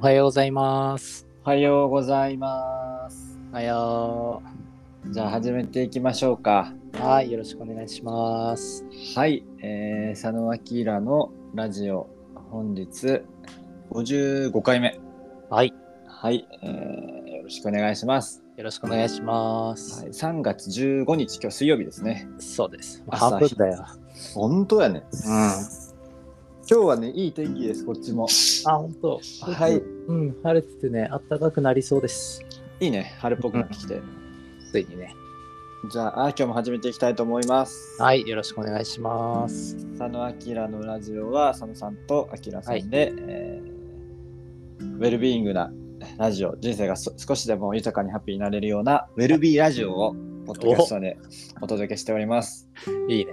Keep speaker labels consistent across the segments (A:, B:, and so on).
A: おはようございます。
B: おはようございます。
A: おはよ
B: じゃあ始めていきましょうか。
A: う。はい、よろしくお願いします。
B: はい、えー、佐野明のラジオ本日55回目。
A: はい、
B: はい、えー、よろしくお願いします。
A: よろしくお願いします。
B: はい、3月15日今日水曜日ですね。
A: そうです。
B: 朝
A: 半分だよ。
B: 本当やね。
A: うん。あ、
B: 今日はねいい天気ですこっちも。
A: 本当。
B: はい。
A: うん、晴れててね、暖かくなりそうです。
B: いいね春っぽくなってきて。
A: ついにね。
B: じゃあ今日も始めていきたいと思います。
A: はい、よろしくお願いします。
B: 佐野明のラジオは佐野さんと明さんで、えーウェルビーイングなラジオ人生がそ少しでも豊かにハッピーになれるようなウェルビーラジオをポッドキャストでお届けしております。
A: いいね。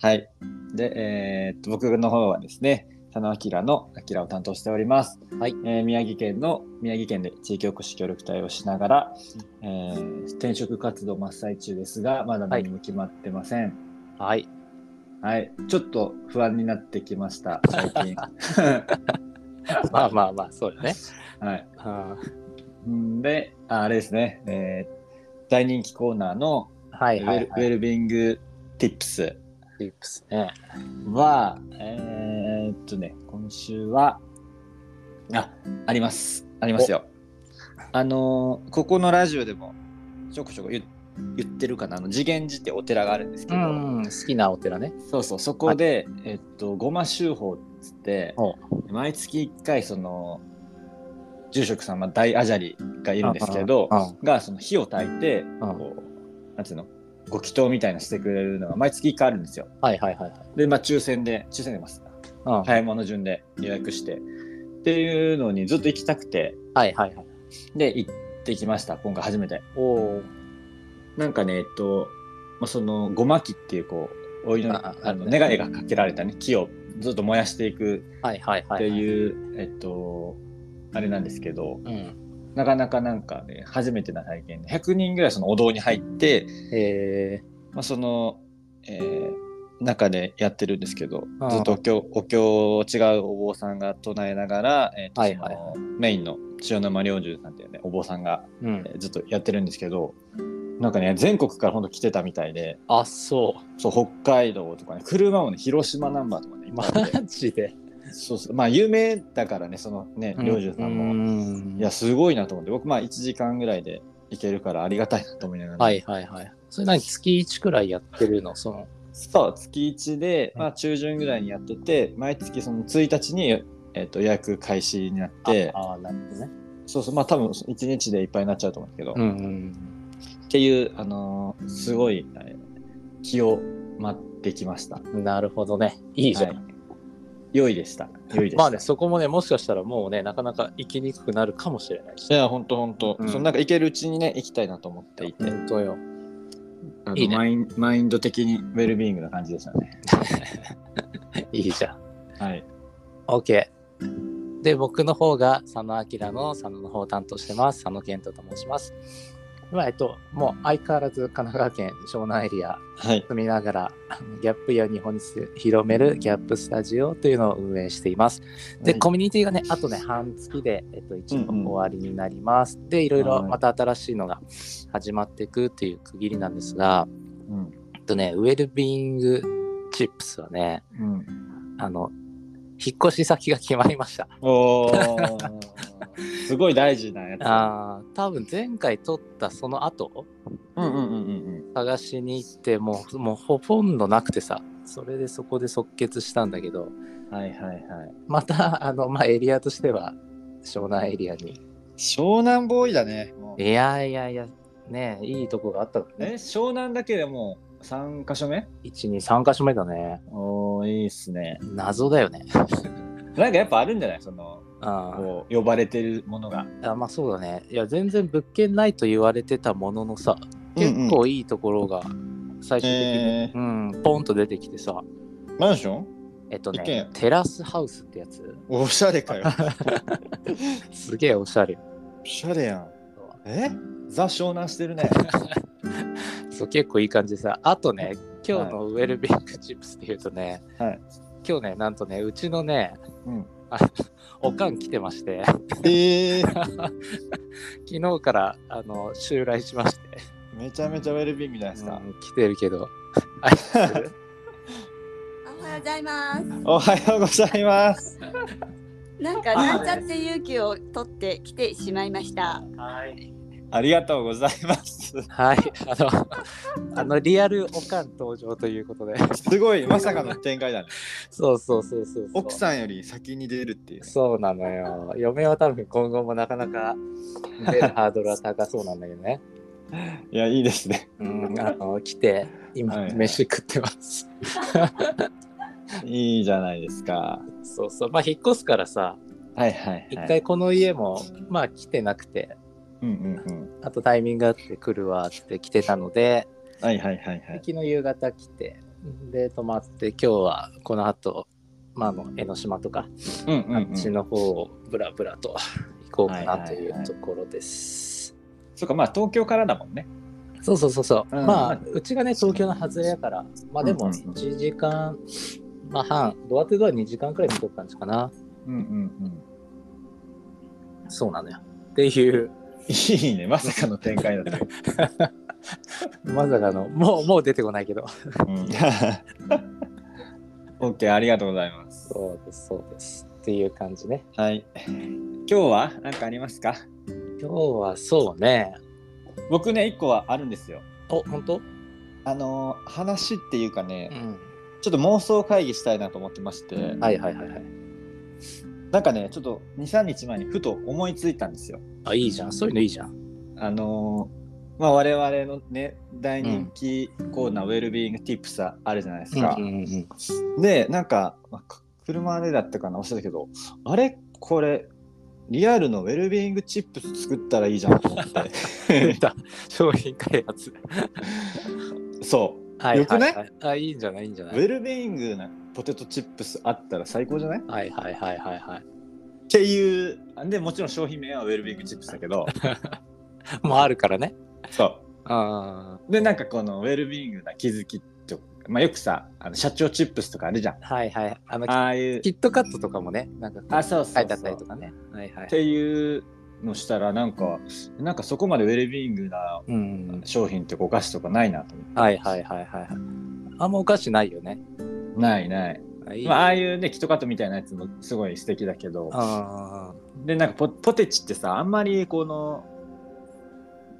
B: はい。で、えーっと僕の方はですね、佐野明の明を担当しております。
A: はい
B: えー宮城県の宮城県で地域おこし協力隊をしながら、えー転職活動真っ最中ですが、まだ何も決まってません。
A: はい。
B: はい、ちょっと不安になってきました、 最近。
A: まあまあまあ、そうよね。
B: はい、
A: あ
B: んで、ああれですね、えー大人気コーナーの
A: は
B: ウ
A: いは
B: ェ
A: い、
B: ルウ
A: はい。
B: ェルビーイング Tips
A: リップスね。
B: は、えーっとね、今週は、あ、あります、ありますよ。あのーここのラジオでもちょこちょこ言言ってるかな、あの次元寺ってお寺があるんですけ
A: う
B: ど、
A: ん、好きなお寺ね。
B: そうそう、そこで、えっと、ごま修法っつって
A: お、
B: 毎月1回、その、住職様、大アジャリがいるんですけど
A: う、ん。
B: が、その火を焚いて、
A: うん
B: こう、なんていうの、ご祈祷みたいなのしてくれるのが毎月1回あるんですよ。
A: はいはいはい
B: で、まあ、抽選で、抽選でます。
A: はい。うん
B: 早いもの順で予約して。っていうのにずっと行きたくて、
A: はいはいはい。
B: で、行ってきました、今回初めて。
A: おお。
B: なんかね、えっと、まあ、その、ごまきっていう、こう、お祈り、
A: ああ
B: あの、
A: あるね
B: 願いがかけられたね、木をずっと燃やしていく
A: はいはいはい。
B: っていう、えっと、あれなんですけど、
A: う。ん。
B: なかなかなんかね、初めてな体験で、100人ぐらいそのお堂に入って、
A: え
B: まあ、その、えー中でやってるんですけど
A: あ、ー
B: ずっとお経、お経を違うお坊さんが唱えながら、えっと
A: はいはい
B: そのメインの塩沼良寿さんっていうね、お坊さんが、
A: ー、うん
B: え。ーずっとやってるんですけど、なんかね、全国からほんと来てたみたいで、
A: あ、そう。
B: そう、北海道とかね、車もね、広島ナンバーとかね、いっぱいあ って
A: マジで
B: そうそう、まあ、有名だからね、そのね、良寿さんも。
A: も
B: いや、すごいなと思って、僕、まあ、1時間ぐらいで行けるからありがたいなと思いながら。
A: はいはいはい。それ何月1くらいやってるのその。
B: そう、月1で、まあ、中旬ぐらいにやってて、毎月その1日に、えっと予約開始になって、
A: ああ、なるほどね。
B: そうそう、まあ、多分1日でいっぱいになっちゃうと思うんですけど、
A: うん
B: っ
A: うん。
B: ていう、あのーすごい、あれ気を待ってきました。
A: うんなるほどね。いいじゃん。
B: はい良いでした。良いでした。
A: まあね、そこもね、もしかしたらもうね、なかなか行きにくくなるかもしれないし
B: い。や、ほんとほんと、
A: うん
B: そのなんか行けるうちにね、行きたいなと思っていて、
A: 本当よ。
B: あの
A: いいね
B: マインマインド的にウェルビーイングな感じでしたね。
A: いいじゃん。
B: はい。
A: OK。で、僕の方が佐野明の佐野の方を担当してます。佐野健人と申します。まあ、えっと、もう相変わらず神奈川県湘南エリア
B: はい。
A: 住みながらあのギャップや日本に広めるギャップスタジオというのを運営しています。で、コミュニティがね、あとね、半月で、えっと、一
B: うんうん
A: 応終わりになります。で、いろいろ
B: はい
A: また新しいのが始まっていくっていう区切りなんですが、
B: うん。
A: えっとね、ウェルビーイングチップスはね、
B: うん。
A: あの、引っ越し先が決まりました。
B: おお、すごい大事なやつ。
A: あー多分前回撮ったその後、
B: うんうんうんうん
A: 探しに行って、もう、もうほとんどなくてさ、それでそこで即決したんだけど、
B: うん。はいはいはい。
A: また、あの、まあ、エリアとしては、湘南エリアに。
B: 湘南ボーイだね。もう
A: いやいやいや、ねいいとこがあったから
B: え、
A: ね。
B: 湘南だけでもう3箇所目
A: 1、2、3箇所目だね。
B: おおいいっすね。
A: 謎だよね。
B: なんかやっぱあるんじゃないその、
A: あ
B: こう、呼ばれてるものが。
A: あまあそうだね。いや、全然物件ないと言われてたもののさ、結構いいところが最終的に、
B: えー
A: うん、ポンと出てきてさ、
B: マンション
A: えっと
B: 一軒
A: ね
B: 家、
A: テラスハウスってやつ、
B: おしゃ れかよ。
A: すげえおしゃれ。
B: おしゃれやん。えザ湘南してるね。
A: そう、結構いい感じでさ、あとね、今日のウェルビングチップスっていうとね、
B: はい。
A: 今日ね、なんとね、うちのね、
B: うん。
A: あおかん来てまして、
B: ええ
A: 昨日からあの襲来しまして、
B: めちゃめちゃウェルビーンみたいですか
A: う。ん来てるけど、あいつ
C: おはようございます。
B: おはようございます。
C: なんかなんちゃって勇気を取って来てしまいました。
A: はい、
B: ありがとうございます。
A: あの、あ のリアルおかん登場ということで、
B: すごい、まさかの展開 だね。
A: そうそうそうそうそう。
B: 奥さんより先に出るっていう。
A: そうなのよ。嫁は多分今後もなかなか出るハードルは高そうなんだけど ね。
B: いや、いいですね。
A: うん、あの来て今、
B: はい
A: 飯食ってます。
B: いいじゃないですか。
A: そうそう。まあ引っ越すからさ、
B: はいはい、
A: 一
B: はい。
A: 回この家も、まあ来てなくて、
B: うんうんうん。
A: あとタイミングがあって来るわって来てたので、
B: はいはいはいはい。
A: 昨日夕方来て、で泊まって今日はこの後、まああの江ノ島とか、
B: うんうん、
A: あっちの方をブラブラと行こうかなとい
B: はいはいは
A: う
B: い
A: ところです。
B: そうか、まあ東京からだもんね。
A: そうそうそうそう、
B: うん
A: まあうちがね東京の外れやからまあで
B: う
A: も
B: んうんうん
A: 1時間、まあ、半ドアとドア2時間くらい見とったんじゃかな
B: うんうんうん。
A: そうなのよっていう
B: いいね、まさかの展開だった。
A: まさかのもうもう出てこないけど
B: うん。 オッケー、ありがとうございます。
A: そうですそうですっていう感じね
B: はい。今日は何かありますか
A: 今日はそうね
B: 僕ね、一個はあるんですよ。
A: お本当
B: あのー話っていうかね、
A: ん
B: ちょっと妄想会議したいなと思ってまして、
A: はいはいはいはい
B: なんかね、ちょっと2、3日前にふと思いついたんですよ。
A: あいいじゃんそういうのいいじゃん
B: あのーまあ、我々のね、大人気コーナー、ウェルビーイングティップスあるじゃないですか。
A: ん
B: で、なんか、まあく車でだったかな、忘れたけど、あれこれ、リアルのウェルビーイングチップス作ったらいいじゃんと思って。
A: 出た商品開発
B: そう。
A: はい
B: よくな
A: は
B: い
A: いはいあいいんじゃないいいんじゃ
B: ウ
A: ない
B: ェルビーイングなポテトチップスあったら最高じゃないっ
A: はいはいはいはいはい
B: ていう、で、もちろん商品名はウェルビーイングチップスだけど、
A: もうあるからね
B: そ
A: あ
B: う。で、なんかこのウェルビーイングな気づきとか、まあ、よくさ、あの社長チップスとかあるじゃん。
A: あはいはいあの
B: ああいう
A: キ、ットカットとかもね、なんかこう
B: あ、そうそうそう。
A: 書いてあったりとかね。はいは
B: っ
A: い。
B: ていうのしたらなんかなんかそこまでウェルビーイングな
A: うん。
B: 商品ってお菓子とかないなと思って
A: はいはいはいはい。あんまお菓子ないよね。
B: ないない、
A: あいい
B: まあああいうねキットカットみたいなやつもすごい素敵だけど
A: あ
B: でなんかポポテチってさあんまりこの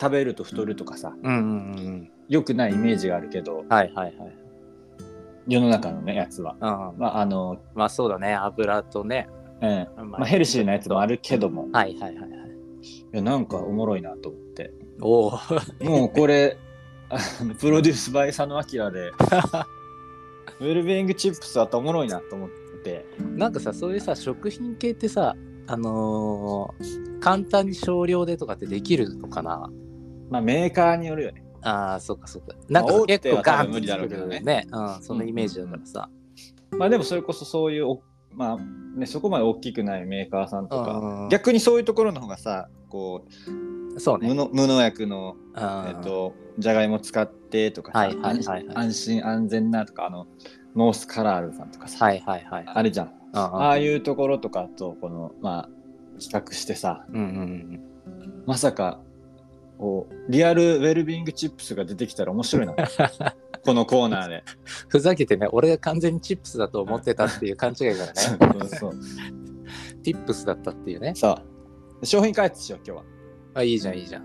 B: 食べると太るとかさ
A: ーうんうんうん。
B: 良くないイメージがあるけど
A: はいはいはい。
B: 世の中のねやつは
A: あ
B: まああの、
A: まあそうだね、油とね。
B: うん
A: ま
B: まあ、ヘルシーなやつもあるけども
A: はいはいはいはい。
B: いやなんかおもろいなと 思って
A: おお。
B: もうこれあのプロデュースバイ佐野 明でウェルビーイングチップスあったらおもろいなと思って
A: なんかさ、そういうさ、食品系ってさ、あのー簡単に少量でとかってできるのかな
B: まあメーカーによるよね
A: ああ、そうかそうか。なん
B: まあ
A: か
B: 大手は
A: 結構ガン
B: 多分無
A: って
B: 理だろ
A: 作
B: うけど
A: る
B: ね
A: ね。うん、そのイメージだからさ。
B: まあでもそれこそそういうおまあねそこまで大きくないメーカーさんとか
A: うん
B: 逆にそういうところの方がさこ
A: そう
B: う無
A: ね。
B: 農無農薬の
A: え
B: えっ、とじゃがいも使ってとかさ
A: はいはいはいはい
B: 安安心安全なとかあのノースカラールさんとかさ、
A: はいはいはい。
B: あるじゃん
A: あ
B: ああいうところとかとこのまあ比較してさ
A: うんうんうん、
B: まさかこうリアルウェルビーイングチップスが出てきたら面 白いなこのコーナーで
A: ふざけてね、俺が完全にチップスだと思ってたっていう勘違いから
B: そう
A: ね、
B: そうそう
A: ティップスだったっていうね。
B: そう商品開発しよう今日は
A: あ、いいじゃん、いいじゃん。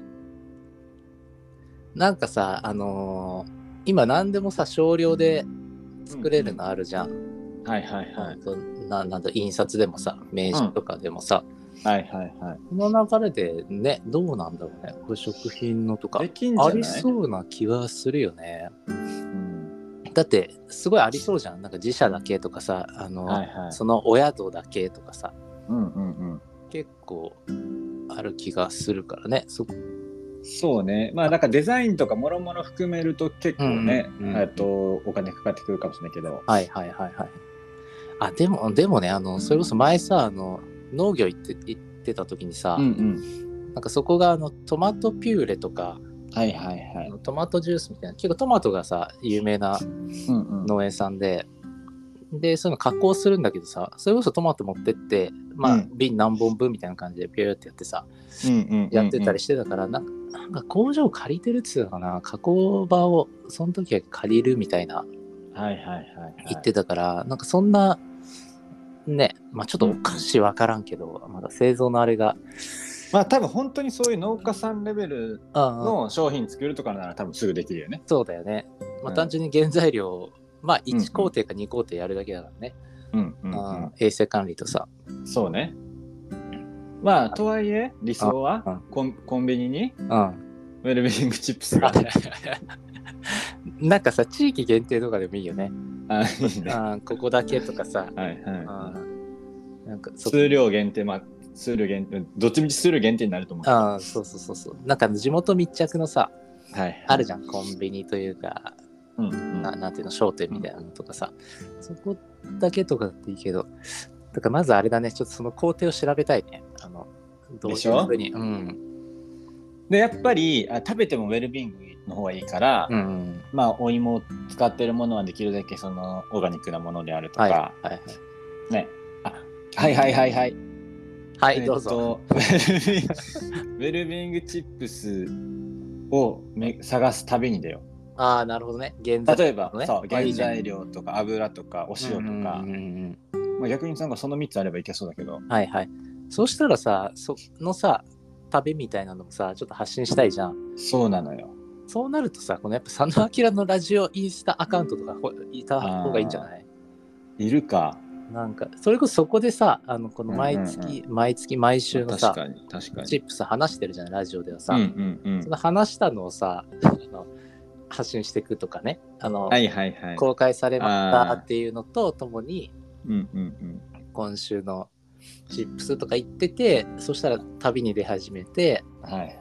A: なんかさ、あのー今何でもさ、少量で作れるのあるじゃん。
B: はいはいは
A: ほ
B: い
A: んとななんだ、印刷でもさ、名刺とかでもさ、
B: はいはいはい
A: この流れでね、どうなんだろうね、これ食品のとか
B: で。きんじゃ
A: あ
B: ない
A: りそうな気はするよね。
B: うん
A: だって、すごいありそうじゃん。なんか自社だけとかさ、あの、
B: はいはい
A: そのお宿だけとかさ。
B: うんうん
A: 結構ある気がするからね。そ
B: うんそうねまあだからデザインとかもろもろ含めると結構ね
A: うんうん
B: えっとお金かかってくるかもしれないけど
A: はいはいはいはい。あでもでもねあのそれこそ前さあの農業行って行ってた時にさ、
B: うん
A: なんかそこがあのトマトピューレとか
B: はいはいは
A: あ
B: い
A: のトマトジュースみたいな結構トマトがさ有名な
B: うんうん
A: 農園さんで、で、そういうの加工するんだけどさ、それこそトマト持ってって、まあ、
B: うん
A: 瓶何本分みたいな感じでピューってやってさ、
B: うんうんうんうん
A: やってたりしてたから、なんかなんか工場借りてるって言ってたかな、加工場をその時は借りるみたいな
B: はいはいはいはい。
A: 言ってたから、なんかそんな、ね、まあちょっとお菓子わからんけど、まだ製造のあれが、
B: まあ多分本当にそういう農家さんレベル
A: うんうん
B: の商品作るとかなら多分すぐできるよね。
A: そうだよね。まあ
B: うん
A: 単純に原材料を、まあ
B: うんうん
A: 1工程か2工程やるだけだからね、
B: うんうん
A: う
B: うん
A: 衛生管理とさ、
B: ん。そうね。まあとはいえ理想
A: うんう
B: は
A: ん
B: コンコンビニに
A: うん、
B: ウェルビーイングチップスがある。
A: なんかさ地域限定とかでもいいよね。
B: あいいね。は
A: あーここだけとかさ。
B: い
A: あ
B: は
A: ーなんか
B: い。
A: そ
B: 数量限定まあ数量限定どっちみち数量限定になると思う。
A: あーそうそうそうそう。なんか地元密着のさ
B: はい。
A: あるじゃんコンビニというか
B: うんうん
A: ななんていうの商店みたいなのとかさ、そこだけとかだっていいけどだからまずあれだねちょっとその工程を調べたいね。あのどうい
B: で
A: う
B: しょ
A: ふうに。うん。
B: でやっぱりあ食べてもウェルビーイングの方がいいから、
A: うん。
B: まあお芋を使ってるものはできるだけそのオーガニックなものであるとか、
A: はい。はいはい。
B: ねあはいはいはいはい
A: はい、
B: えっと
A: どうぞ。
B: ウェルビーウェルビーイングチップスをめ探すたびにだよ
A: ああなるほどね。原材
B: 例えば、
A: ね
B: そう
A: あい
B: 原
A: いじゃん
B: 材料とか油とかお
A: う
B: 塩
A: ん
B: とか、
A: うんうん
B: まあ、逆になんかその3つあればいけそうだけど
A: うんはいはい。そうしたらさそのさ旅みたいなのもさちょっと発信したいじゃん。
B: そうなのよ
A: そうなるとさ、このやっぱ佐野明のラジオインスタアカウントとかほいた方がいいんじゃない
B: いるか
A: なんか、それこそそこでさ、あの、この毎月、
B: うんうん
A: 毎月、毎週の
B: 確
A: さ、
B: かに確か
A: チ
B: に
A: ップス話してるじゃない、ラジオではさ、
B: うんうんう
A: そ
B: ん
A: の話したのをさ、あの発信していくとかね、あの、
B: はいはいはい
A: 公開されましたっていうのとともに、
B: うんうんうん
A: 今週のチップスとか言ってて、そしたら旅に出始めて、
B: はいはい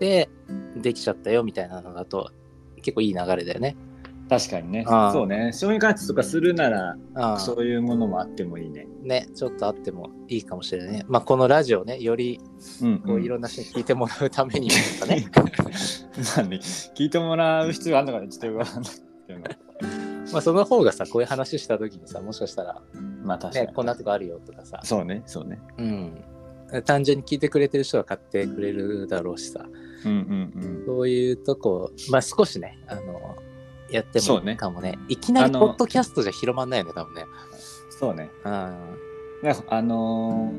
A: で、できちゃったよみたいなのだと、結構いい流れだよね。
B: 確かにね。
A: あー
B: そうね。商品開発とかするなら、
A: うん
B: そういうものもあってもいいね。
A: ね、ちょっとあってもいいかもしれないね。まあ、このラジオね、より
B: うん、
A: こういろんな人に聞いてもらうためにとかね。
B: まあね、聞いてもらう必要あるのかね、ちょっとよくわかんない けど。
A: まあ、その方がさ、こういう話した時にさ、もしかしたら、
B: まあ確かに。
A: ね、こんなとこあるよとかさ、
B: そうね、そうね。
A: うん。単純に聞いてくれてる人は買ってくれるだろうしさ、
B: うんうん
A: そういうとこ、まあ、少しね、あの、やって
B: そ
A: も
B: う
A: い
B: ね
A: いかもね。いきな
B: あ
A: り
B: の
A: ポッドキャストじゃ広まんないよね、多分ね。
B: うん。そうね。
A: うん。
B: ねあの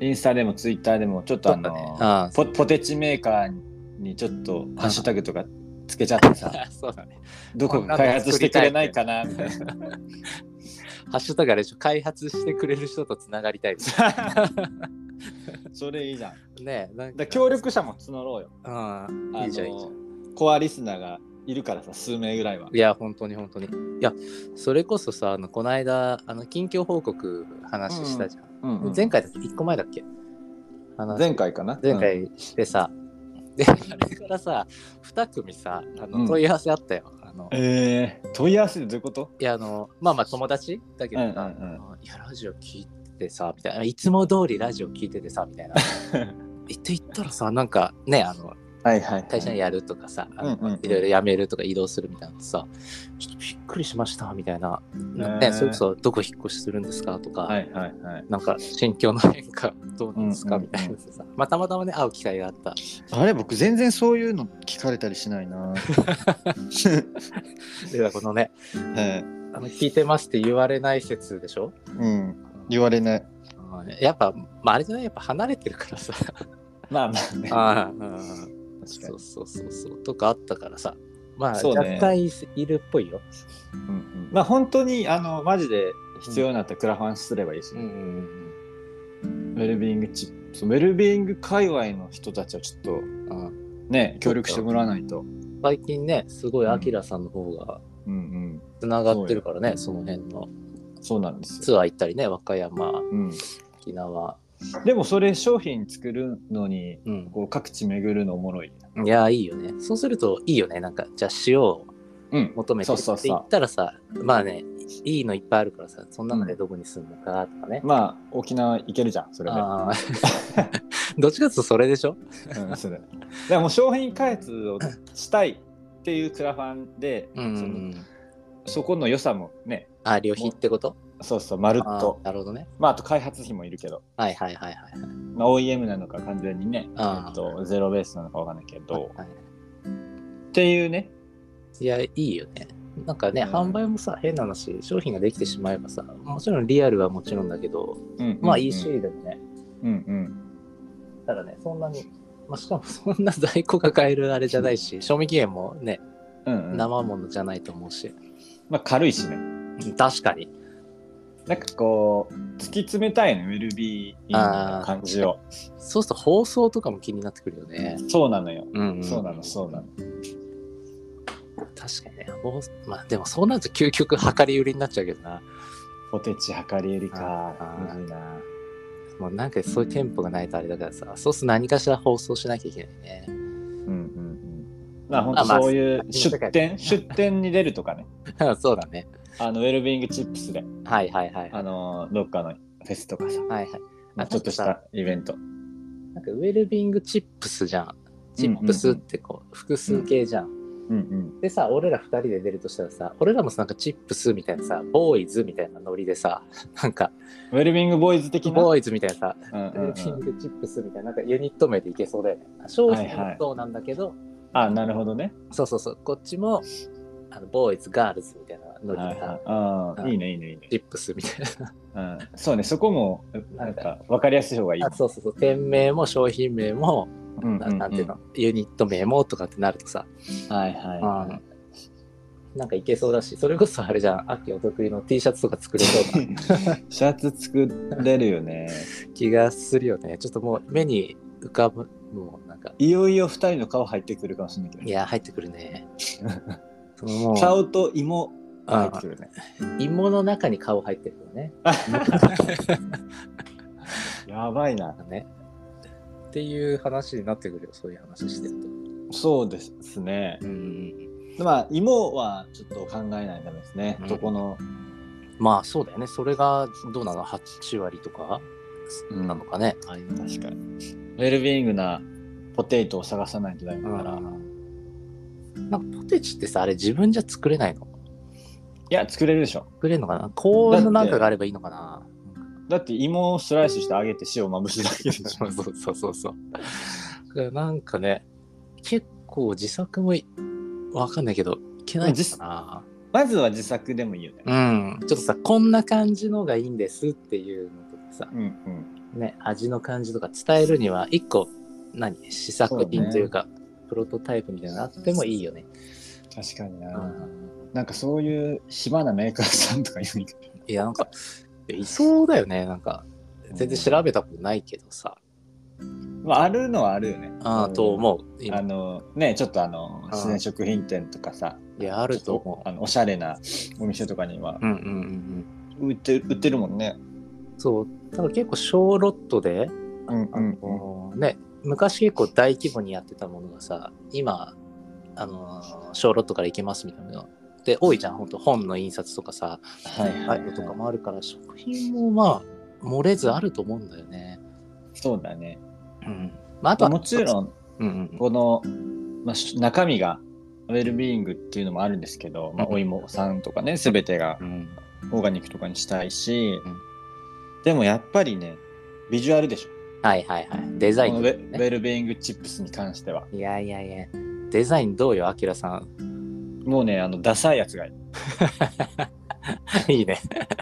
B: ーインスタでもツイッターでも、ちょっとあの
A: ね
B: ー。
A: あ
B: ポ、ポテチメーカーにちょっとハッシュタグとかつけちゃってさ、
A: あそうだね。
B: どこか開発してくれないかな、みたいな。
A: ハッシュタグあれでしょ、開発してくれる人とつながりたいです。
B: それいいじゃん。だか
A: ねなんから
B: 協力者も募ろうよ。
A: うん、
B: あ
A: いいじゃんいいじゃん
B: のコアリスナーがいるからさ数名ぐらいはい
A: や本当に本当にいやそれこそさあのこの間あの近況報告話したじゃん、前回だっけ1個前だっけ話
B: 前回かな
A: 前回してさ、 であれからさ2組さあ
B: う
A: の
B: ん
A: 問い合わせあったよ、あの
B: えー、問い合わせでどういうこと
A: いやあのまあまあ友達だけどさ、
B: うんうんうん
A: あのいやラジオ聞いてさみたいないつも通りラジオ聞いててさみ たいな言って言ったらさなんかねあの
B: はいはい
A: 会社にやるとかさ、あの
B: うんうんうん
A: いろいろ辞めるとか移動するみたいなのってさちょっとびっくりしましたみたいな、
B: ー
A: ね、それこそどこ引っ越しするんですかとか、
B: はいはいはい
A: なんか心境の変化どうなんですか、
B: うんうん
A: みたいなさ、まあ、たまたまね会う機会があ った
B: あれ僕全然そういうの聞かれたりしな いな
A: でこのね
B: はい
A: あの聞いてますって言われない説でしょ
B: うん言われない
A: うんやっぱ、まあ、あれじゃないやっぱ離れてるからさ
B: まあま あね
A: ああうん
B: 確か
A: そ
B: に
A: うそうそうそうとかあったからさまあ、
B: そう
A: 若
B: ね
A: 干いるっぽいよ、
B: うんうんまあ本当にあのマジで必要になったらクラファンすればいいし、ね
A: ん
B: ウェルビーイングチップそうウェルビーイング界隈の人たちはちょっと
A: うん、
B: ね協力してもらわないと
A: 最近ねすごいアキラさんの方が
B: うんうん
A: つながってるからね、その辺の
B: そうなんですよ、
A: ツアー行ったりね、和歌山、
B: うん、
A: 沖縄。
B: でもそれ商品作るのに
A: うん、
B: こう各地巡るのおもろい。
A: いや、いいよね。そうするといいよね。なんか、じゃあ塩を
B: うん。
A: 求めて
B: そう
A: って
B: そうそう
A: 言ったらさ、まあね、いいのいっぱいあるからさ、その中でどこに住むのかとかね。
B: まあ沖縄行けるじゃん、それで。
A: ああ どっちかっていうとそれでしょ
B: うん、それで。だからもう商品開発をしたいっていうクラファンで、
A: う
B: その
A: ん。
B: そこの良さもね、
A: あ、旅費ってこと
B: そうそう、まるっと
A: あ。なるほどね。
B: まあ、あと開発費もいるけど、
A: はいはいはいはい。
B: まあ、OEM なのか完全にね、え
A: あー
B: っと、ゼロベースなのかわかんないけど、
A: はい
B: っていうね、
A: いや、いいよね。なんかね、
B: うん
A: 販売もさ、変な話、商品ができてしまえばさ、もちろんリアルはもちろんだけど、
B: うんうんうん
A: まあ EC でもね、
B: うんうん。
A: ただね、そんなに、まあ、しかも そんな在庫が買えるあれじゃないし、賞味期限もね、
B: うんうん、ま
A: 生ものじゃないと思うし、
B: あ軽いしね。
A: 確かに。
B: なんかこう、突き詰めたいの、ウェルビーインの感じを。
A: そうすると放送とかも気になってくるよね。
B: そうなのよ。
A: うん、うん。
B: そうなの、そうなの。
A: 確かにね。放送まあでもそうなると究極量り売りになっちゃうけどな。
B: ポテチ量り売りか
A: あ。ー
B: むずいな。
A: もうなんかそういう店舗がないとあれだからさ、そうすると何かしら放送しなきゃいけないね。
B: うんうんうん。まあ本
A: あ
B: 当
A: まあ
B: そういう
A: の世
B: 出
A: 界
B: 店、出店に出るとかね。
A: そうだね。
B: あの、ウェルビーイングチップスで、
A: はいはいはい。は
B: あの、どっかのフェスとかさ、
A: いはい。あ
B: ちょっとし
A: なん
B: たイベント。
A: なんかウェルビーイングチップスじゃん。チップスってこう、複数形じゃん。
B: うんうん。
A: でさ、俺ら2人で出るとしたらさ、俺らもさ、なんかチップスみたいなさ、ボーイズみたいなノリでさ、なんか、
B: ウェルビーイングボーイズ的な。
A: ボーイズみたいなさ、
B: うん
A: ウ
B: う
A: ェ
B: んう
A: ルビーイン
B: ん、
A: グチップスみたいな、なんかユニット名でいけそうだよね。商品
B: はいは
A: も
B: い
A: そうなんだけど、
B: あ、なるほどね。
A: そうそうそう、こっちも、あのボーイズ、ガールズみたいなノリでさ、
B: ああ、いいね、いいね、いいね。
A: チップスみたいな。
B: うん、そうね、そこも、なんか、わかりやすい方がいい
A: あ。そうそうそう店名も商品名も、
B: うん
A: ななんていうのユニット名もとかってなるとさ、
B: はいはいは。
A: なんかいけそうだしそれこそあれじゃん秋お得意の T シャツとか作れそうない
B: シャツ作れるよね。
A: 気がするよ ねちょっともう目に浮かぶもうなんか
B: いよいよ二人の顔入ってくるかもしれない
A: い
B: け
A: や入ってくる ねそのも
B: ど。
A: う
B: 顔と芋が入ってくるね。
A: 芋の中に顔入ってるよ ね
B: やばいな。
A: ねっていう話になってくるよそういう話してると
B: そうですね。
A: うん
B: まあ、芋はちょっと考えないためですね
A: う。ん
B: そこの、
A: まあそうだよねそれがどうなの8割とかなのかね、ああいうの
B: 確かに。ウェルビーイングなポテトを探さないとダメだ
A: だ
B: か。
A: からら
B: い
A: なんかポテチってさあれ自分じゃ作れないの
B: や、作れるでしょ。
A: 作れるのかな高温のなんかがあればいいのかな
B: だって芋をスライスして揚げて塩をまぶすだけでし
A: そ
B: ょ
A: う。そうそうそうそうだからなんかね結構自作もいわかんないけどいけないのかな
B: まずは自作でもいいよね。
A: うんちょっとさこんな感じのがいいんですっていうのとかさ
B: うんうん。
A: ね味の感じとか伝えるには一個何試作品というかプロトタイプみたいなのあってもいいよね、
B: 確かに
A: う
B: な。
A: ん、
B: なんかそういう暇なメーカーさんとかいる
A: いやなんかいそうだよねなんか全然調べたことないけどさ、
B: まあ、あるのはあるよね。
A: ああ
B: うん
A: と思う
B: あ
A: 今
B: のねちょっとあの
A: ん
B: 自然食品店とかさ
A: いやあると思
B: あのおしゃれなお店とかには
A: ううんうんうんうん
B: 売って売ってるもんね。
A: そうただ結構小ロットで、
B: うんう
A: あ
B: んうん
A: のね昔結構大規模にやってたものがさ今あのー小ロットから行けますみたいなので多いじゃん本当本の印刷とかさ
B: はい
A: あ
B: は
A: あい
B: いう
A: のとか
B: はい。
A: もあるから食品もまあ漏れずあると思うんだよね
B: そうだね。
A: うんまああとは
B: もちろん
A: うんうん
B: この、まあ、し中身がウェルビーイングっていうのもあるんですけど、まあ、
A: うん
B: お芋さんとかね全てが
A: うん
B: オーガニックとかにしたいし、
A: うん
B: でもやっぱりねビジュアルでしょ。
A: はいはいはいデザイ
B: この
A: ン
B: ウ
A: と
B: ェ
A: かね
B: ウェルビーイングチップスに関しては。
A: いやいやいや、デザインどうよ、アキラさん。
B: もうね、あの、ダサいやつがいい。
A: いいね。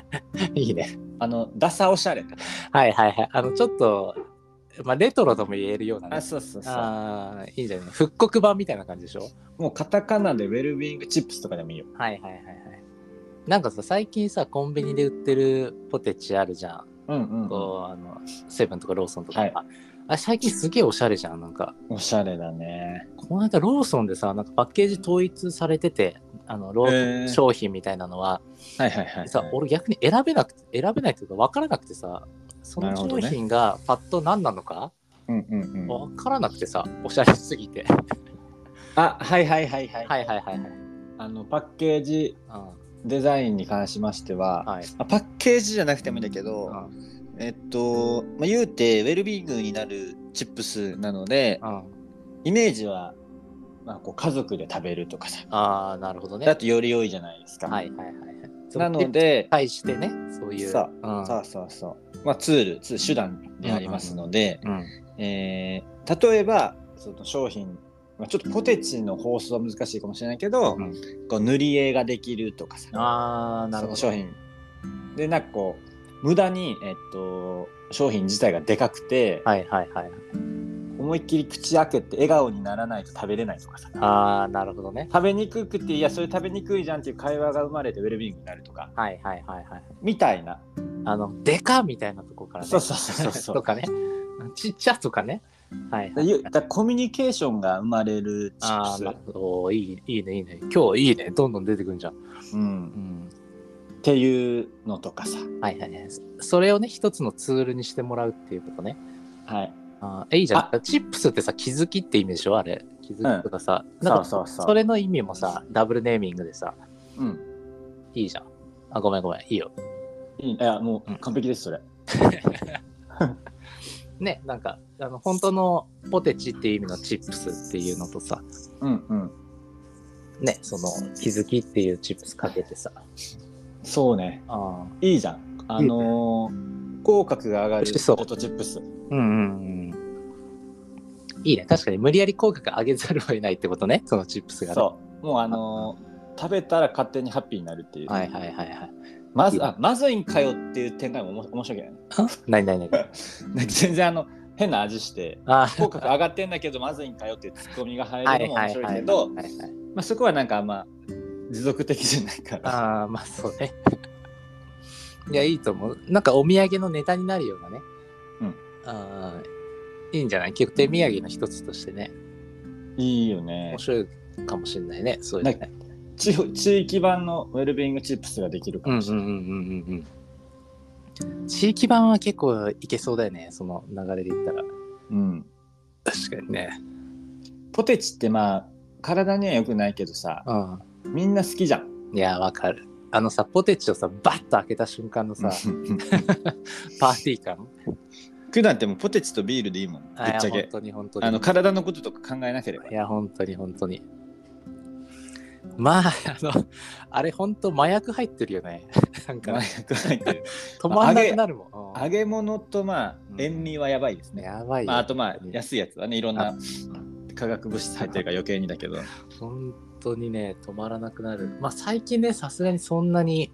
A: いいね。
B: あの、ダサおしゃれ。
A: はいはいはい。あの、ちょっと、まあ、レトロとも言えるようなね。
B: あ、そうそうそう。
A: ああー、いいんじゃない復刻版みたいな感じでしょ
B: もうカタカナでウェルビーイングチップスとかでもいいよ。
A: はいはいはいはい。なんかさ、最近さ、コンビニで売ってるポテチあるじゃん。
B: うんうんうん。
A: こう、あの、セブンとかローソンとか。
B: はい
A: あれ最近すげえおしゃれじゃん。なんか、
B: おしゃれだね。
A: この間ローソンでさ、なんかパッケージ統一されてて、あの、ロー
B: へー
A: 商品みたいなのは、
B: はいはいはい。
A: さ俺逆に選べなくて選べないというか分からなくてさそ
B: な
A: の
B: るほ
A: 商
B: どね
A: 品がパッと何なのか
B: うんうんうん。
A: 分からなくてさおしゃれすぎては
B: あ、はいはいはいはい。
A: いはいはいはい、うん、
B: あの、パッケージデザインに関しましては、
A: はい、
B: あパッケージじゃなくてもいいんだけ
A: う
B: ど、
A: ん
B: えっと、まあ、言うて、ウェルビーイングになるチップスなので、
A: うん
B: イメージはまあ、こう家族で食べるとかさ、
A: ああ、なるほどね。
B: だとより良いじゃないですか。
A: はいはいはい。
B: なの、で、
A: 対してね、そういう。
B: さ
A: うん、
B: そうそうそう、まあ、ツールツー手段でありますので、
A: うん、
B: えー例えばその商品、まあ、ちょっとポテチの放送は難しいかもしれないけど、
A: うん
B: こう塗り絵ができるとかさ
A: ああ、なるほど。
B: その商品でなんかこう無駄に、えっと、商品自体がでかくて、
A: はいはいはい。
B: 思いっきり口開けて笑顔にならないと食べれないとかさ
A: ああ、なるほどね。
B: 食べにくくていやそれ食べにくいじゃんっていう会話が生まれてウェルビーイングになるとか
A: はいはいはいはい。
B: みたいな
A: あの、でかみたいなとこからね。
B: そうそうそうそう
A: とかね。ちっちゃとかね。はい、
B: だ
A: はい。
B: ゆだコミュニケーションが生まれるチッ
A: ああ、
B: プ
A: なるほど。おーいい、いいね、いいね。今日いいね。どんどん出てくるんじゃん。
B: ス、うん
A: う、ん。
B: っていうのとかさ、
A: はいはいはい。それをね、一つのツールにしてもらうっていうことね。
B: はい、
A: あーえ、いいじゃ
B: あ
A: ん。チップスってさ、気づきって意味でしょあれ。気づきとかさ。なん
B: そ
A: か
B: うそうそう
A: それの意味もさ、ダブルネーミングでさ、
B: うん、
A: いいじゃん。あ、ごめんごめん。いいよ。
B: いいいやもう完璧ですそれ、
A: ね、なんか、あの本当のポテチっていう意味のチップスっていうのとさ、
B: うんうん、
A: ね、その気づきっていうチップスかけてさ。
B: そうね
A: あ
B: いいじゃんあのー、口角が上がる
A: 美味しそう
B: ポテトチップス
A: うんうんうん。いいね。確かに無理やり口角上げざるを得ないってことね。そのチップスが、ね。
B: そうもうあのー、食べたら勝手にハッピーになるっていう、
A: はいはいはいはい。
B: まずあまずいんかよっていう展開もおも面白いけどね
A: 何何何
B: なんか全然あの変な味して
A: あ
B: 口角上がってんだけどまずいんかよっていうツッコミが入
A: は
B: る
A: い
B: のも面
A: はい
B: 白
A: はいい
B: けど、ま
A: はいはい。
B: あ、そこはなんかあんま持続的じゃないから
A: ああ、まあそうね。いや、いいと思う。なんかお土産のネタになるようなね。
B: うん。
A: あーいいんじゃない結構手土産の一つとしてね。
B: いいよね
A: 面白いかもしれないね。そういうのね。
B: 地方地域版のウェルビーイングチップスができるか
A: うんう
B: も
A: ん
B: し
A: う
B: れ
A: ん
B: ない、
A: うんうんうん。地域版は結構いけそうだよね。その流れで言ったら。
B: うん
A: 確かにね。
B: ポテチってまあ体には良くないけどさ
A: うん。
B: みんな好きじゃん
A: いや、わかる。あのさ、ポテチをさ、バッと開けた瞬間のさ、パーティ ー感。
B: 普段ってもうポテチとビールでいいもんぶ
A: あい
B: っ
A: や
B: ちゃ
A: 本
B: け
A: 当に本当に。
B: あの体のこととか考えなければ
A: いや、本当に本当に。まあ、あの、あれ本当麻薬入ってるよね。 なんか、
B: 入ってる
A: 止まんなくなるもん
B: 揚げ物とまあ
A: うん
B: 塩味はやばいです
A: うん。
B: ね、
A: やばいよ。
B: まあ、あとまあ
A: うん
B: 安いやつはねいろん
A: あ
B: な化学物質入ってるから余計にだけど
A: 本当にね、止まらなくなる。まあ、最近ね、さすがにそんなに、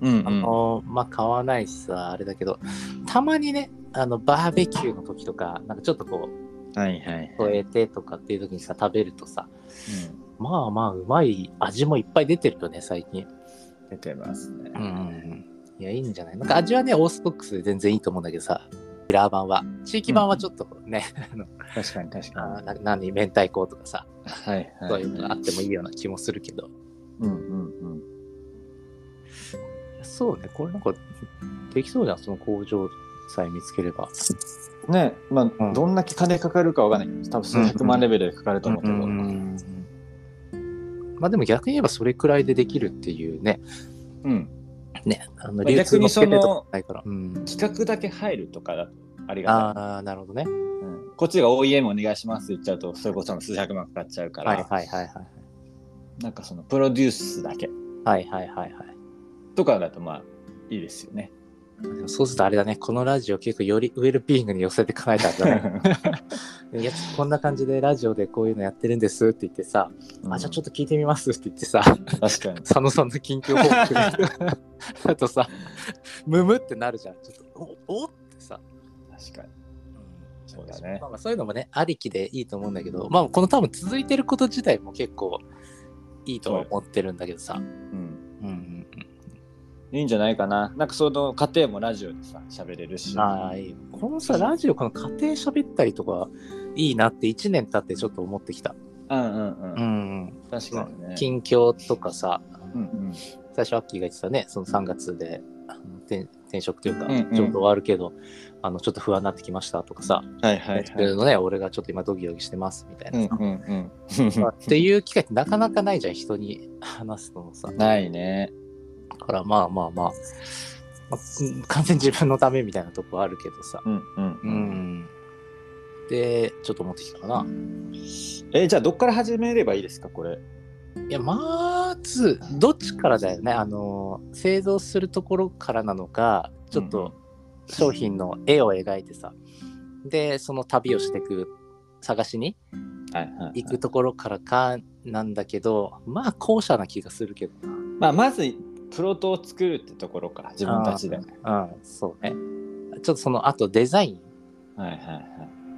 B: うん、うん
A: あの、まあ、買わないしさ、あれだけど、たまにね、あの、バーベキューの時とか、なんかちょっとこう、
B: はいはい、
A: 添えてとかっていう時にさ、食べるとさ、まあまあうまい味もいっぱい出てるよね最近
B: うん、出てますね、
A: いやいいんじゃないなんか味はねオーソドックスで全然いいと思うんだけどさキラー版は地域版はちょっとね、
B: 確かに確
A: あ
B: か
A: ーな何明太子とかさ
B: にはい
A: そういうのがあ
B: う
A: ってもいいような気もするけど、
B: んうんうん
A: そうねこれなんかできそうじゃんその工場さえ見つければ
B: ねまあ、
A: うん
B: どんだけ金かかるかわかんないけど多分数百万レベルでかかると思うけど、
A: まあでも逆に言えばそれくらいでできるっていうね
B: うん
A: ねあの
B: まあ
A: 流通
B: 逆
A: の
B: に
A: ス
B: その
A: ケベとかないから、うん、
B: 企画だけ入るとかだとありがたい、
A: ああなるほどね
B: うんこっちが OEM お願いしますって言っちゃうとそれこそ数百万かかっちゃうから、
A: はいはいはいはい
B: なんかそのプロデュースだけ
A: はいはいはいはい
B: とかだとまあいいですよね。
A: でもそうするとあれだね、このラジオ結構よりウェルビーイングに寄せてかないとあれ だね。いや、ちょっとこんな感じでラジオでこういうのやってるんですって言ってさ、あ、じゃあちょっと聞いてみますって言って さ、
B: と確かに。
A: 佐野さんの近況報告 だとさ、ムムってなるじゃん。ちょっと、おおってさ。
B: 確かに。
A: そ
B: そうだね
A: まあまあそういうのもね、ありきでいいと思うんだけど、まあこの多分続いてること自体も結構いいとは思ってるんだけどさ。
B: うん。
A: うん
B: いいんじゃないかな。なんかその家庭もラジオでさ喋れるし。
A: ああ、いいよ。このさ、ラジオ、この家庭喋ったりとか、いいなって1年経ってちょっと思ってきた。
B: うんうんう。
A: うんん。
B: 確かにね。
A: 近況とかさ、
B: うん
A: 最初、アッキーが言ってたね、その3月であの転転職というか、
B: うんうん
A: ちょっと終わるけど、あの、ちょっと不安になってきましたとかさ、
B: うん。はいはい
A: そ
B: は
A: うい
B: い。
A: うのね、俺がちょっと今ドギドギしてますみたい
B: うん
A: なさ。
B: うん
A: まあっていう機会ってなかなかないじゃん、人に話すのもさ。
B: うん。ないね。
A: だからまあまあまあ、まあうん完全に自分のためみたいなとこはあるけどさ。
B: うんうん
A: うん。って、ちょっと持ってきたかな。
B: えじゃあどっから始めればいいですかこれ
A: いや、まず、どっちからだよね。あの、製造するところからなのか、ちょっと商品の絵を描いてさ、で、その旅をしてく、探しに
B: はいはいはい
A: 行くところからかなんだけど、まあ、後者な気がするけど
B: まあ、まずプロトを作るってところか自分たちではい
A: な。うん、そうね。ちょっとその、あとデザイン。
B: はいはい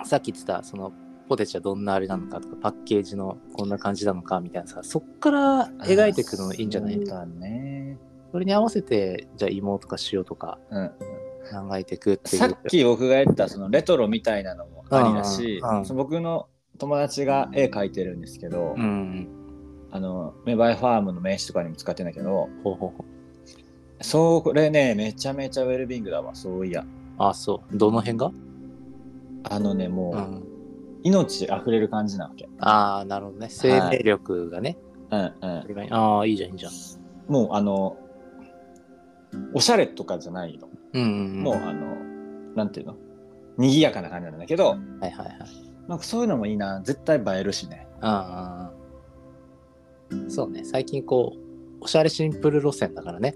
A: さっき言ってたそのポテチはどんなあれなのかとかパッケージのこんな感じなのかみたいなさそっから描いていくのいいんじゃない
B: そうだね
A: それに合わせてじゃあ芋とか塩とか
B: うん
A: 考えていくっていう
B: さっき僕が言ったそのレトロみたいなのもありだし
A: うんうん
B: その僕の友達が絵描いてるんですけど、
A: うん
B: あのメバイファームの名刺とかにも使ってんだけど
A: ほうほうほう
B: そうこれねめちゃめちゃウェルビーイングだわそういや
A: あそうどの辺が、
B: あのねもう、
A: うん、
B: 命あふれる感じなわけ
A: ああなるほどね生命力がね、
B: うんうん
A: ああいいじゃんいいじゃん
B: もうあのおしゃれとかじゃないの、
A: うんうん
B: もう
A: は
B: あのなんていうの賑やかな感じなんだけど
A: いはいはい
B: なんかそういうのもいいな絶対映えるしね
A: ああそうね最近こうおしゃれシンプル路線だからね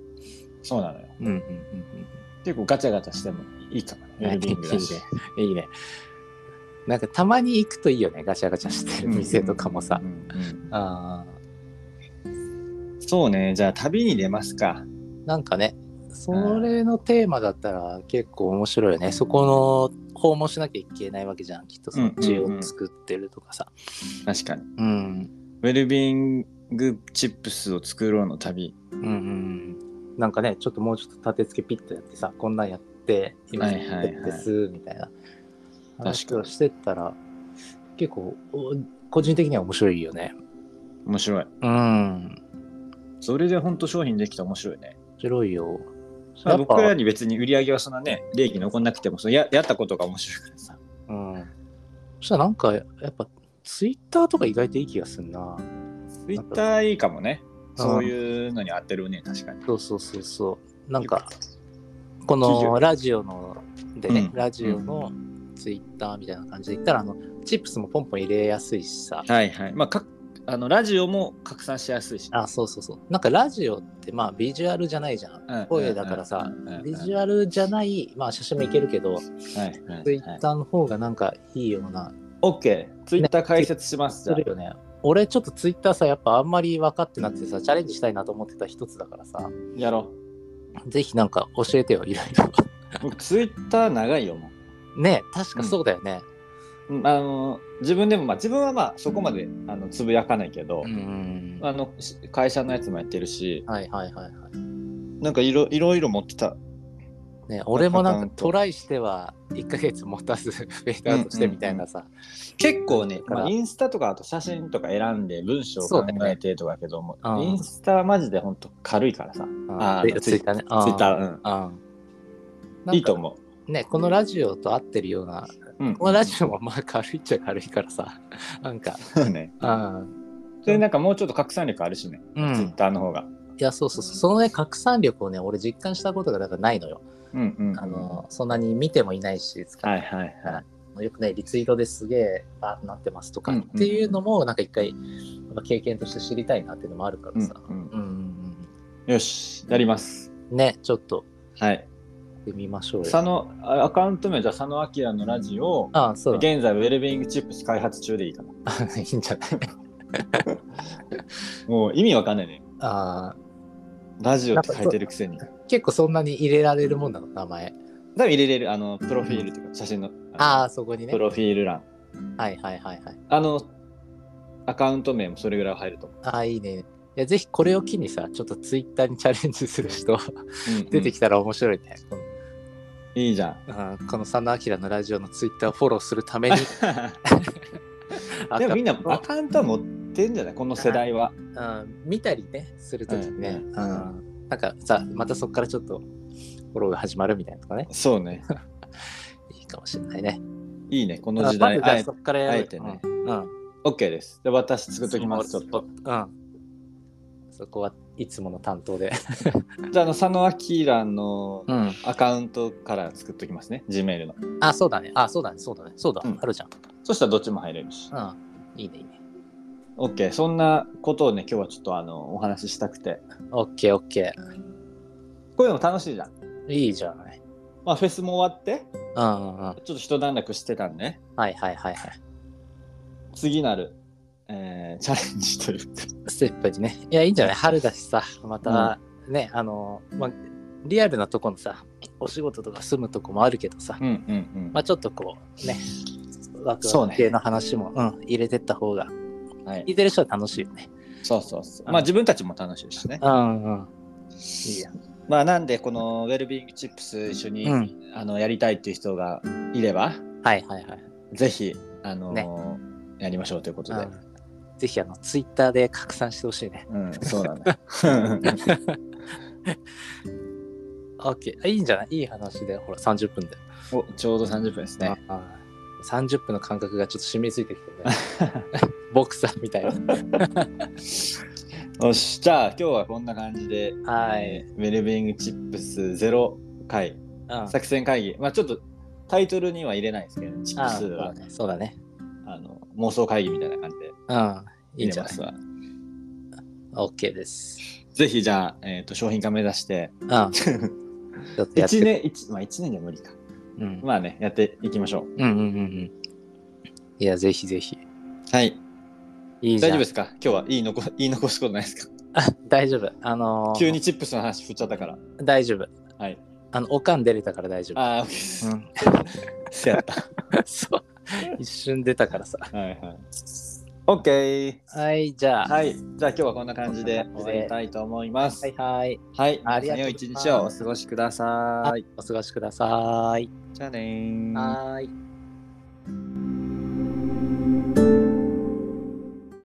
B: そうなのよ
A: うんうんうんうん
B: 結構ガチャガチャしてもいいかもねウェルビーイングだし
A: いいね。なんかたまに行くといいよね、ガチャガチャしてる店とかもさ
B: う。んうん
A: あ
B: うんそうねじゃあ旅に出ますか
A: ーなんかね、それのテーマだったら結構面白いよね。そこの訪問しなきゃいけないわけじゃん、きっとその地を作ってるとかさ。
B: 確かに
A: うん、
B: ウェルビーイングチップスを作ろうの旅
A: うん、うん。なんかね、ちょっともうちょっと立て付けピッとやってさ、こんなんやって、今
B: はい
A: や
B: はいはい
A: ってです、みたいな話を
B: 確かに
A: してったら、結構、お個人的には面白いよね。
B: 面白い
A: うん。
B: それでほんと商品できたら面白いね
A: 面白いよ。
B: まあ
A: やっぱ
B: 僕らに別に売り上げはそんなね利益残んなくてもそのややったことが面白いからさ
A: うん。そしたらなんか、やっぱ、ツイッターとか意外といい気がするな。
B: ツイッターいいかもね
A: うん
B: そういうのに当てるね確かに
A: そうそうそうそう。なんか、このラジオのでね、
B: うん
A: ラジオのツイッターみたいな感じで言ったら、あの、チップスもポンポン入れやすいしさ。
B: はいはいまあかあのラジオも拡散しやすいし、
A: あ、そうそうそう。なんかラジオって、まあ、ビジュアルじゃないじゃん。
B: うん
A: 声だからさ
B: うんうんうん
A: ビジュアルじゃない、まあ、写真もいけるけど、
B: はいはい
A: ツイッターの方がなんかいいような、
B: OK ツイッター解説しますじ
A: す
B: ゃ
A: るよね。俺ちょっとツイッターさ、やっぱあんまり分かってなくてさ、チャレンジしたいなと思ってた一つだからさ。
B: あやろう
A: ぜひなんか教えてよ、いろいろ。
B: 僕ツイッター長いよも
A: ねえ確かそうだよね。
B: ううんあの自分でもまあ自分はまあそこまであのつぶやかないけど、
A: ん
B: あのし会社のやつもやってるし
A: はいはいはいはい。
B: なんかいろいろいろ持ってた
A: ねえ俺もなんかトライしては1ヶ月持たず フェードアウトしてみたいなさ。
B: 結構ね、
A: から
B: まあ、インスタとかあと写真とか選んで文章を
A: そう
B: 考
A: だよね
B: えてとかだけども、
A: うん
B: インスタはマジでほんと軽いからさ、あー
A: でツイッターね。
B: ツイッタ
A: ー。
B: ー、うん
A: うん
B: いいと思
A: ね、このラジオと合ってるような、
B: う、うん、
A: このラジオもまあ軽いっちゃ軽いからさ、 なんか、
B: そうね
A: うん、
B: それなんかもうちょっと拡散力あるしね、
A: う
B: ツイッ
A: ん、
B: ターの方が
A: いや、そうそうそう、そのね、拡散力をね、俺実感したことがだからないのよ。
B: うんうん
A: あの、そんなに見てもいないし、使
B: はいはいは
A: よくね、リツイートですげえ、あなってますとか
B: うん
A: っ
B: うん
A: ていうのも、なんか一回、やっぱ経験として知りたいなっていうのもあるか
B: い、
A: らさ。
B: うん
A: うんうん
B: うん、よしやります
A: うんね、ちょっと、
B: はい
A: やってみましょうよ。
B: 佐野あアカウント名じゃ佐野明のラジオ
A: ああ、そうだ。
B: 現在ウェルビーイングチップス開発中でいいかな
A: いいんじゃない
B: もう意味わかんないね
A: あ
B: ラジオって書いてるくせに
A: ー結構そんなに入れられるもんなの、名前。
B: 多分入れれるあのプロフィールというか写真の
A: あ
B: あ
A: あ、そこに
B: の
A: ね
B: プ。ロフィール欄
A: はいはいはいはい。
B: あの、アカウント名もそれぐらいは入ると思う。
A: ああ、いいね。いやぜひこれを機にさ、ちょっとツイッターにチャレンジする人出てき
B: た。
A: たら面白いね。この
B: いいじゃん。
A: あーこの佐野明のラジオのツイッターをフォローするために。
B: でもみんなアカウントは持ってんじゃないこの世代は。
A: うん見たりねするときね、
B: うん
A: うんなんかさまたそこからちょっとフォローが始まるみたいなのとかね
B: そう ね。
A: いいかもしれないね
B: いいね、この時代。
A: あまずじゃあ
B: はい
A: そこからやる
B: あえてね
A: うん、うん
B: OK です。で、私作っときます。ちょっ
A: そ
B: と
A: こ。うんそこはいつもの担当で。
B: じゃあ、あの、佐野明の
A: うん。
B: アカウントから作っときますね、Gmail の。
A: あ、そうだね。あ、そうだね。そうだね。そうだ。
B: うん
A: あるじゃん。
B: そしたらどっちも入れるし。
A: うん。いいね、いいね。
B: OK、そんなことをね、今日はちょっとあの、お話ししたくて。
A: オッケー、オッケ
B: こういうのも楽しいじゃん。
A: ー。いいじゃない。
B: まあ、フェスも終わって、
A: うんうんうん。はい
B: ちょっと一段落してたんでね、
A: はいはいはい。
B: 次なる、えーチャレンジというか。
A: ステップにね。いや、いいんじゃない春だしさ、また、ね、あの、まあ、リアルなとこのさ、お仕事とか住むとこもあるけどさ、
B: うんうんうん
A: まあちょっとこう、ね、ワク
B: そ
A: ワ
B: う
A: ク
B: ね
A: 系の話も、うん、入れてった方が、
B: はい
A: 聞いてる人は楽しいよね。
B: そうそうそう。まあ自分たちも楽しいしね。
A: うんうん。いいや。
B: まあなんでこのウェルビーイングチップス一緒に、
A: うん
B: あのやりたいっていう人がいれば、
A: はいはいはい。
B: ぜひ、あのやりましょうということで。
A: うんぜひあのツイッターで拡散してほしいね。
B: うん、そ うだね。
A: OK。あいいんじゃないいい話で、ほら、30分で。
B: おちょうど30分ですね。
A: ああ30分の感覚がちょっと染みついてきてね。 ボクサーみたいな。
B: よし、じゃあ今日はこんな感じで、
A: はい。
B: えーウェルビーイングチップス0回
A: うん
B: 作戦会議。まあちょっとタイトルには入れないですけど、チップ
A: あ
B: ス
A: そう
B: は
A: だね。そうだね。
B: あの妄想会議みたいな感じで
A: うん。いいん
B: 入
A: じゃ
B: れま
A: ない
B: すわ。
A: ?OK です。
B: ぜひじゃあ、えー、と商品化目指して、
A: うん。ちょっとやって
B: 1年、一まあ一年じゃ無理か。
A: うん。
B: まあね、やっていきましょう。
A: うんうんうんうん。いや、ぜひぜひ。
B: はい。
A: いいじゃ
B: 大
A: ん
B: 丈夫ですか今日は言い残言い残すことないですか
A: 大丈夫。あのー
B: 急にチップスの話振っちゃったから。
A: 大丈夫。
B: はい。
A: あの、おかん出れたから大丈夫。
B: ああ、OK です。
A: うん
B: せやった。
A: そう。一瞬出たからさ。
B: はいはい。OK。
A: はい、じゃあ。
B: はい。じゃあ今日はこんな感じで終わりたいと思います。
A: はいはい。
B: はい。
A: ありが
B: 皆さん
A: とう
B: 良い一日をお過ごしください。
A: お過ごしください。
B: じゃあねー。
A: はーい。